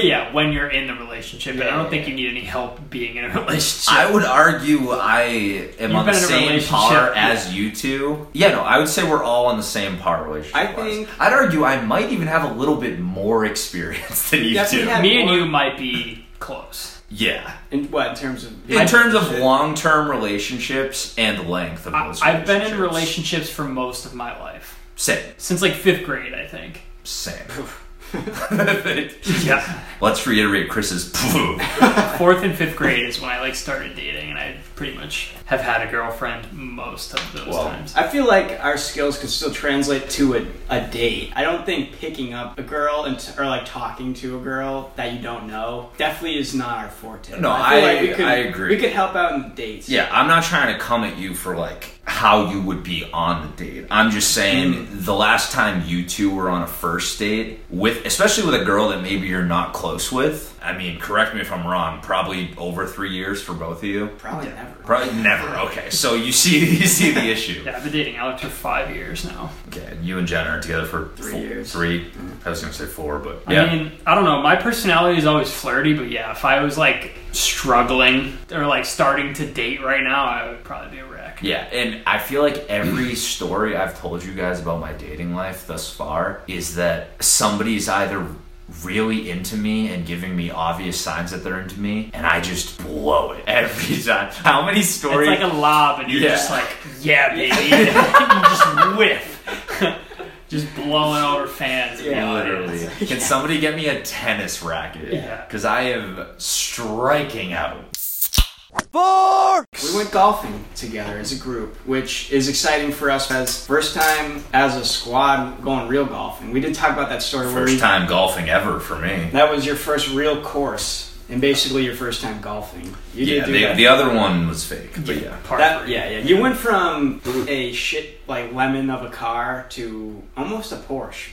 yeah, when you're in the relationship, but I don't think you need any help being in a relationship. I would argue I am on the been in a same relationship. par as you two. Yeah, no, I would say we're all on the same par relationship. I think- I'd argue I might even have a little bit more experience than you definitely two. have- Me and you might be close. yeah. In what in terms of In terms of long term relationships and length of I, those I've been in relationships. relationships for most of my life. Same. Since like fifth grade, I think. Same. Yeah. Let's reiterate Chris's poo. Fourth and fifth grade is when I like started dating, and I pretty much have had a girlfriend most of those Well, times. I feel like our skills can still translate to a, a date. I don't think picking up a girl and t- or like talking to a girl that you don't know definitely is not our forte. No, feel I- we could, I agree. We could help out in the dates. Yeah, I'm not trying to come at you for like how you would be on the date. I'm just saying Hmm. the last time you two were on a first date with especially with a girl that maybe you're not close with. I mean, correct me if I'm wrong, probably over 3 years for both of you. probably never. Probably never. Okay. So you see you see the issue. Yeah, I've been dating Alex for five years now. Okay, and you and Jen are together for 3 years. 3. I was going to say 4, but yeah. I mean, I don't know. My personality is always flirty, but yeah, if I was like struggling or like starting to date right now, I would probably be a wreck. Yeah, and I feel like every story I've told you guys about my dating life thus far is that somebody's either really into me and giving me obvious signs that they're into me, and I just blow it every time. How many It's stories? like a lob, and you're Yeah. just like, yeah, baby. you just whiff. just blowing over fans. in the Yeah, audience. Literally. Can somebody get me a tennis racket? Yeah. Because I am striking out. We went golfing together as a group, which is exciting for us as first time as a squad going real golfing. We did talk about that story where we, First time golfing ever for me. that was your first real course and basically your first time golfing. Yeah, You did do the, that. the other one was fake, but yeah. Part That, three. yeah, yeah. You went from Mm-hmm. a shit like lemon of a car to almost a Porsche.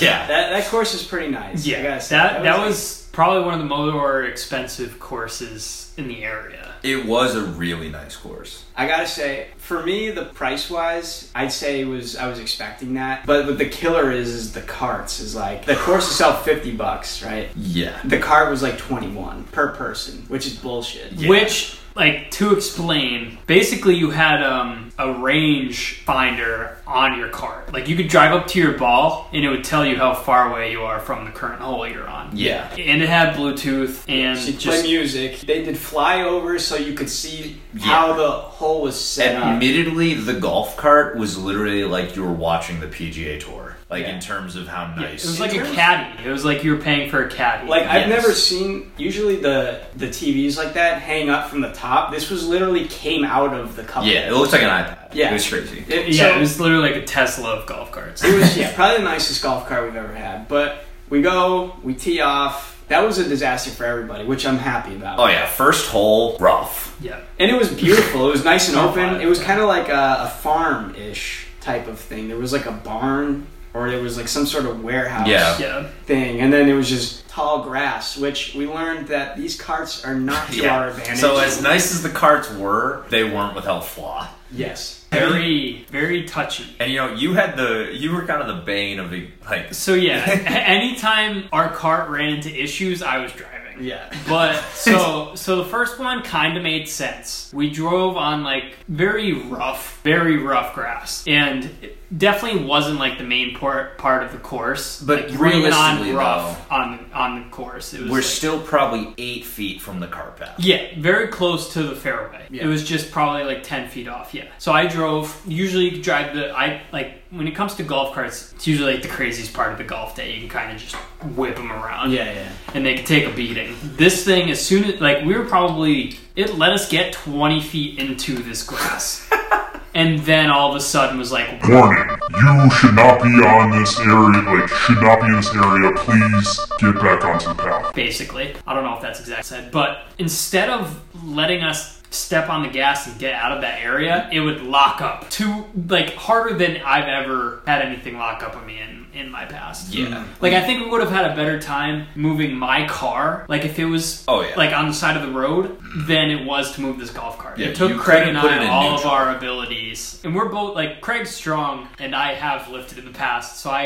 yeah. That that course is pretty nice. I Yeah, gotta that say. that, like- was, probably one of the more expensive courses in the area. It was a really nice course. I gotta say, for me, the price wise, I'd say it was I was expecting that. But what the killer is is the carts. Is like the course itself fifty bucks, right? Yeah. The cart was like twenty one per person, which is bullshit. Which, like, to explain, basically you had um, a range finder on your cart. Like, you could drive up to your ball, and it would tell you how far away you are from the current hole you're on. Yeah. And it had Bluetooth and She just played music. They did flyovers so you could see how the hole was set up. Admittedly, the golf cart was literally like you were watching the PGA Tour, like Yeah. in terms of how nice. it was like a caddy. It was like you were paying for a caddy. Like Yes. I've never seen usually the the TVs like that hang up from the top. This was literally came out of the cup. yeah, it looks like an iPad. Yeah. it was crazy. It- yeah, so- it was literally like a Tesla of golf carts. It was yeah, probably the nicest golf cart we've ever had. But we go, we tee off. That was a disaster for everybody, which I'm happy about. Oh yeah, first hole rough. yeah. And it was beautiful. It was nice and open. fine. It was kind of like a, a farm-ish type of thing. There was like a barn, or there was like some sort of warehouse Yeah. Yeah. thing, and then it was just tall grass, which we learned that these carts are not to our advantage. So as nice as the carts were, they weren't without flaw. yes, Very, very touchy. And you know, you had the you were kind of the bane of the like. So yeah, a- anytime our cart ran into issues, I was driving. yeah. But so so the first one kind of made sense. We drove on like very rough, very rough grass, and it definitely wasn't like the main part part of the course. But like, running realistically, on rough on on the course, it was We're like- still probably eight feet from the cart path. yeah, very close to the fairway. Yeah. It was just probably like ten feet off. Yeah. So I drove. Usually, you drive the I like when it comes to golf carts. It's usually like the craziest part of the golf day. You can kind of just whip them around. Yeah, yeah. And they can take a beating. This thing, as soon as like we were probably it let us get twenty feet into this grass, and then all of a sudden was like Warning, you should not be on this area, like, should not be in this area. Please get back onto the path. basically. I don't know if that's exact said, but instead of letting us step on the gas and get out of that area, it would lock up to like harder than I've ever had anything lock up on me in in my past. Yeah. Like I think we would have had a better time moving my car, like if it was Oh, yeah. Mm-hmm. like on the side of the road, than it was to move this golf cart. Yeah, it took you Craig couldn't and put it I in all of neutral. our abilities, and we're both like Craig's strong, and I have lifted in the past, so I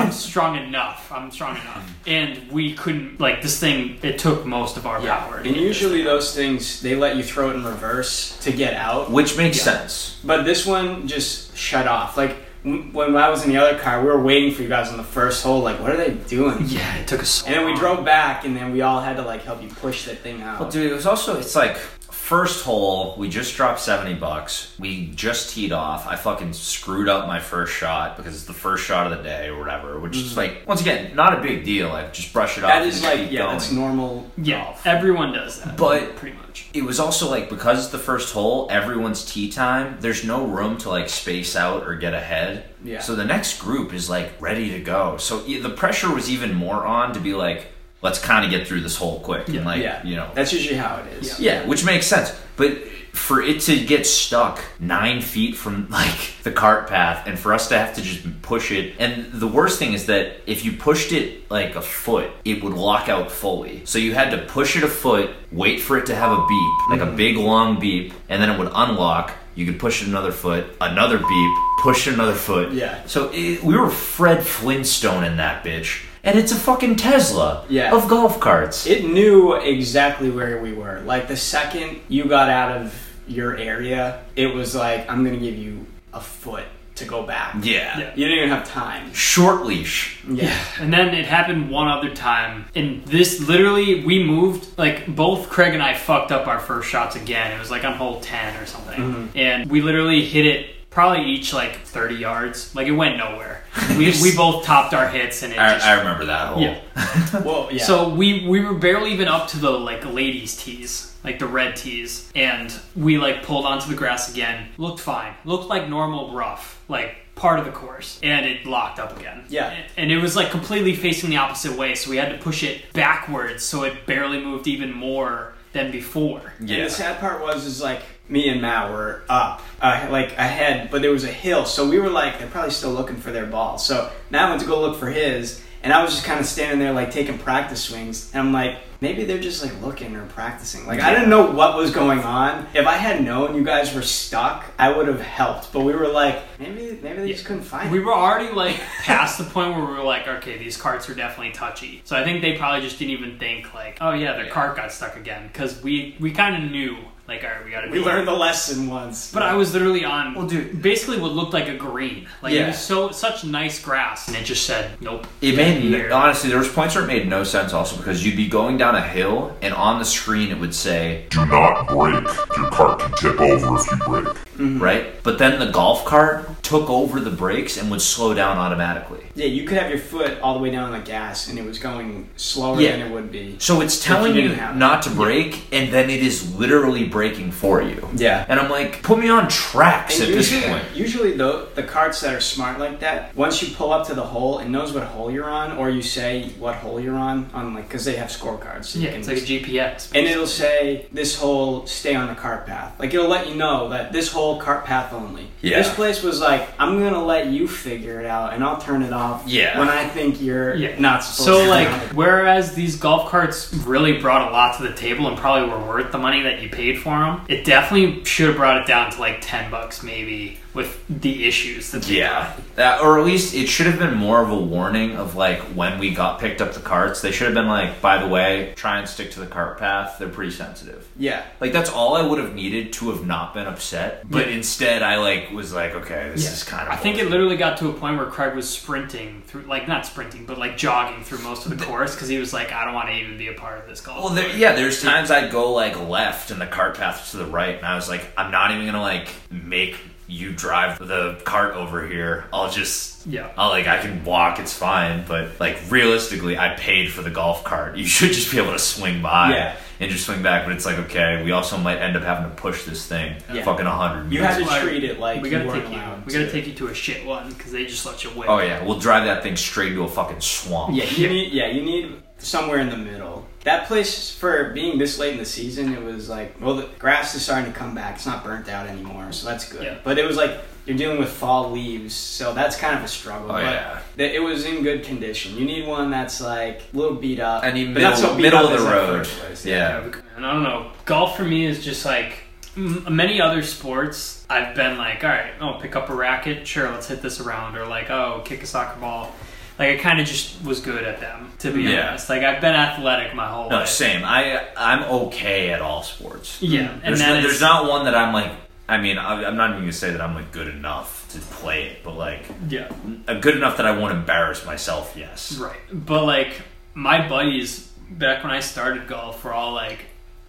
I'm strong enough. I'm strong enough, and we couldn't like this thing. It took most of our power. to And get this usually those things they let you throw it in reverse to get out. Which makes sense. But this one just shut off. Like w- when I was in the other car, we were waiting for you guys on the first hole. Like, what are they doing? Yeah, it took us. So And then we long. drove back, and then we all had to like help you push that thing out. Well, dude, it was also it's like first hole. We just dropped seventy bucks. We just teed off. I fucking screwed up my first shot because it's the first shot of the day or whatever. Which is like once again not a big deal. Like just brush it off. Mm-hmm. that and is just like keep yeah, going. that's normal. Yeah, everyone does that. But- pretty much. it was also like because it's the first hole, everyone's tee time. There's no room to like space out or get ahead. Yeah. So the next group is like ready to go. So e- the pressure was even more on to be like, let's kind of get through this hole quick and like yeah, you know that's usually how it is. yeah, which makes sense. But for it to get stuck nine feet from like the cart path, and for us to have to just push it, and the worst thing is that if you pushed it like a foot, it would lock out fully. So you had to push it a foot, wait for it to have a beep, like Mm. a big long beep, and then it would unlock. You could push it another foot, another beep, push it another foot. Yeah. So it, we were Fred Flintstone in that bitch, and it's a fucking Tesla. Yeah. Of golf carts. It knew exactly where we were. Like the second you got out of your area, it was like, I'm gonna give you a foot to go back. yeah. You didn't even have time. Short leash. Yeah. And then it happened one other time, and this literally we moved like both Craig and I fucked up our first shots again. It was like on hole ten or something, Mm-hmm. and we literally hit it probably each like thirty yards. Like it went nowhere. We we both topped our hits, and it I, just I remember that hole. Yeah. Well, yeah. So we we were barely even up to the like ladies tees, like the red tees, and we like pulled onto the grass again. Looked fine. Looked like normal rough, like part of the course, and it locked up again. Yeah. And- And it was like completely facing the opposite way, so we had to push it backwards so it barely moved even more than before. And the sad part was, is like me and Matt were up, uh, like ahead, but there was a hill, so we were like, they're probably still looking for their ball. So Matt went to go look for his, and I was just kind of standing there, like taking practice swings, and I'm like, maybe they're just like looking or practicing. Like I didn't know what was going on. If I had known you guys were stuck, I would have helped. But we were like, maybe, maybe they just couldn't find. We it. were already like past the point where we were like, okay, these carts are definitely touchy. So I think they probably just didn't even think like, oh yeah, their cart got stuck again because we we kind of knew like, all right, we got to. We learned the lesson once. But I was literally on, Well, dude- basically what looked like a green. Like Yeah. it was so such nice grass, and it just said, "Nope." It made Here. honestly there was points where it made no sense also because you'd be going down a hill and on the screen it would say Do not break. Your cart can tip over if you break. right, but then the golf cart took over the brakes and would slow down automatically. yeah, you could have your foot all the way down on the gas, and it was going slower Yeah. than it would be. So it's telling you you didn't have it. not to break, and then it is literally breaking for you. Yeah. and I'm like, put me on tracks And at this usually- point. Usually, the the carts that are smart like that, once you pull up to the hole, it knows what hole you're on, or you say what hole you're on on like because they have scorecards. so you Yeah, can it's like a just- GPS. and it'll say this hole stay on the cart path. Like it'll let you know that this whole cart path only. Yeah. This place was like I'm gonna let you figure it out, and I'll turn it off. Yeah. When I think you're Yeah. not supposed So to. like, whereas these golf carts really brought a lot to the table and probably were worth the money that you paid for them, it definitely should have brought it down to like ten bucks maybe with the issues that they Yeah, brought. that, or at least it should have been more of a warning of like when we got picked up the carts. They should have been like, by the way, try and stick to the cart path. They're pretty sensitive. yeah. Like that's all I would have needed to have not been upset. But instead, I like was like, okay, this is kind of. I think it bullshit. literally got to a point where Craig was sprinting through, like not sprinting, but like jogging through most of the course because he was like, "I don't want to even be a part of this golf." Well, there, yeah, there's times I'd go like left and the cart path was to the right, and I was like, I'm not even gonna like make you drive the cart over here. I'll just Yeah. I'll like I can walk, it's fine. But like realistically, I paid for the golf cart. You should just be able to swing by. Yeah. And just swing back, but it's like okay. We also might end up having to push this thing, Yeah. fucking hundred. You had That's to why treat it like we you gotta weren't take you. allowed We gotta to. take you to a shit one because they just let you win. Oh yeah, we'll drive that thing straight into a fucking swamp. Yeah, you need yeah, you need somewhere in the middle. That place, for being this late in the season, it was like, well, the grass is starting to come back. It's not burnt out anymore, so that's good. Yeah. But it was like you're dealing with fall leaves, so that's kind of a struggle. Oh, but yeah. th- it was in good condition. You need one that's like a little beat up. I need but not middle, so beat middle up of as the that road. first place. Yeah. And I don't know. Golf for me is just like m- many other sports. I've been like, all right, I'll pick up a racket. Sure, let's hit this around, or like, oh, kick a soccer ball. Like I kind of just was good at them, to be Yeah. honest. Like I've been athletic my whole No, life. same. I I'm okay at all sports. Yeah, and there's, that no- is- there's not one that I'm like. I mean, I- I'm not even gonna say that I'm like good enough to play it, but like, Yeah. I'm good enough that I won't embarrass myself. Yes. Right. But like my buddies back when I started golf were all like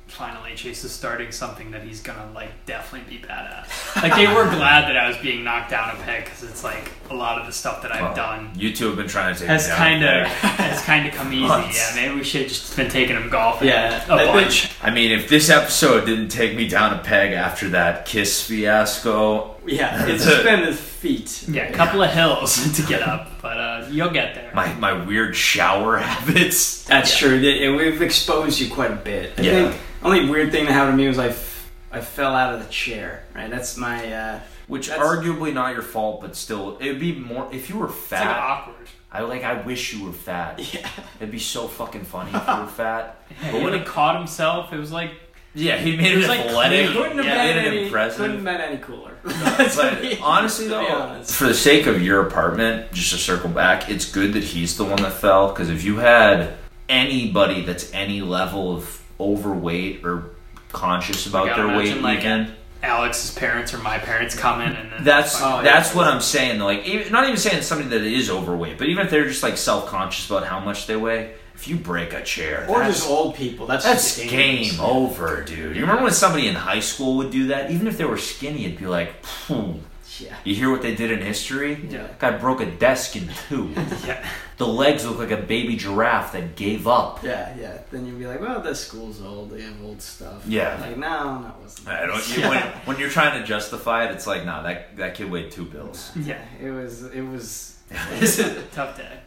finally Chase is starting something that he's gonna like definitely be bad at. Like they were glad that I was being knocked down a peg because it's like a lot of the stuff that I've Oh, done You two have been trying to take has me down. kind of Like, has kind of come easy. Yeah, Months. maybe we should have just been taking him golfing Yeah, a I bunch. I mean, if this episode didn't take me down a peg after that kiss fiasco, Yeah, it's just been the feet. Yeah, a couple of hills to get up, but uh, you'll get there. my my weird shower habits. That's true. Th- And we've exposed you quite a bit. I Yeah. think only weird thing that happened to me was I, f- I fell out of the chair. Right. That's my. Uh, Which That's- arguably not your fault, but still, it'd be more if you were It's like fat. awkward. I like. I wish you were fat. Yeah. It'd be so fucking funny if you were fat. Yeah, but he when like it, caught himself. It was like yeah, he made It it, was like athletic. clean. couldn't have yeah, been made it any, couldn't have impressive. been any cooler. But honestly, To be though, honest. for the sake of your apartment, just to circle back, it's good that he's the one that fell because if you had anybody that's any level of overweight or conscious about gotta their weight, imagine, like, even Alex's parents or my parents coming, and then That's Oh, yeah. that's what I'm saying. though. Like, even, not even saying somebody that is overweight, but even if they're just like self conscious about how much they weigh, if you break a chair, or that's, just old people. That's that's just game dangerous. over, dude. You remember when somebody in high school would do that? Even if they were skinny, it'd be like, Phew. Yeah. you hear what they did in history? Yeah. guy broke a desk in two. yeah. the legs look like a baby giraffe that gave up. Yeah, yeah. Then you'd be like, well, this school's old. They have old stuff. Yeah. Like, no, that wasn't. I don't. You, when, when you're trying to justify it, it's like, nah, that that kid weighed two bills. Yeah, It was. It was. tough day.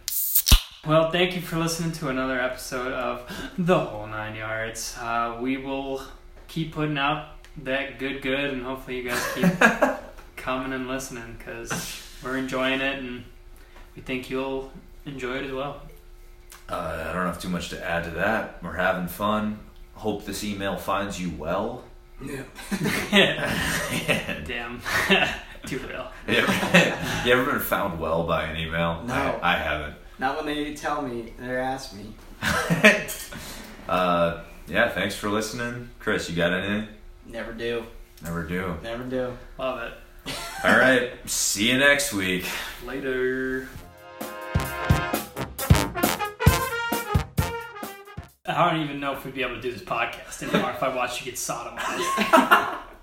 Well, thank you for listening to another episode of The Whole Nine Yards. Uh, we will keep putting out that good, good, and hopefully you guys keep coming and listening because we're enjoying it and we think you'll enjoy it as well. Uh, I don't have too much to add to that. We're having fun. Hope this email finds you well. Damn, too real. you ever you ever been found well by an email? No. I, I haven't. Not when they tell me. They ask me. Uh, yeah, thanks for listening. Chris, you got anything? Never do. Never do. Never do. Love it. All right, see you next week. Later. I don't even know if we'd be able to do this podcast anymore if I watched you get sodomized.